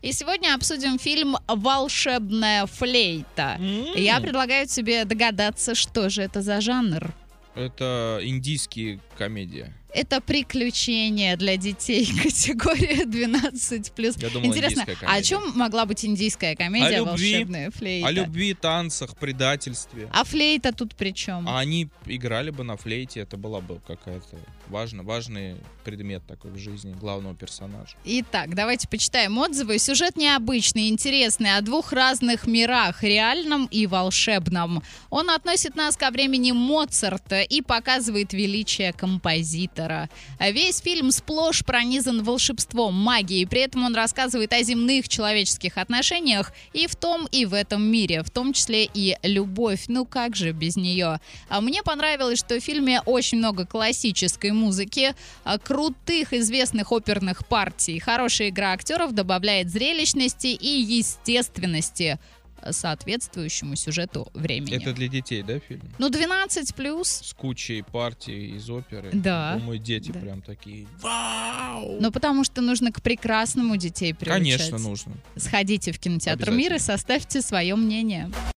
И сегодня обсудим фильм «Волшебная флейта». М. Я предлагаю тебе догадаться, что же это за жанр. Это индийские комедии. Это приключения для детей, категория 12+. Я думал, Интересно, индийская а о комедия. чем могла быть индийская комедия О любви. «Волшебная флейта»? О любви, танцах, предательстве. А флейта тут при чем? А они играли бы на флейте, это была бы какая-то важно, важный предмет такой в жизни главного персонажа. Итак, давайте почитаем отзывы. Сюжет необычный, интересный, о двух разных мирах, реальном и волшебном. Он относит нас ко времени Моцарта и показывает величие композитора. А Весь фильм сплошь пронизан волшебством, магией, при этом он рассказывает о земных человеческих отношениях и в том, и в этом мире, в том числе и любовь. Ну как же без нее? А мне понравилось, что в фильме очень много классической музыки, а, крутых известных оперных партий. Хорошая игра актеров добавляет зрелищности и естественности а, соответствующему сюжету времени. Это для детей, да, фильм? Ну, 12 плюс. С кучей партий из оперы. Да. Думаю, дети Да. прям такие. Вау! Ну, потому что нужно к прекрасному детей приучать. Конечно, нужно. Сходите в кинотеатр Обязательно. «Мир» и составьте свое мнение.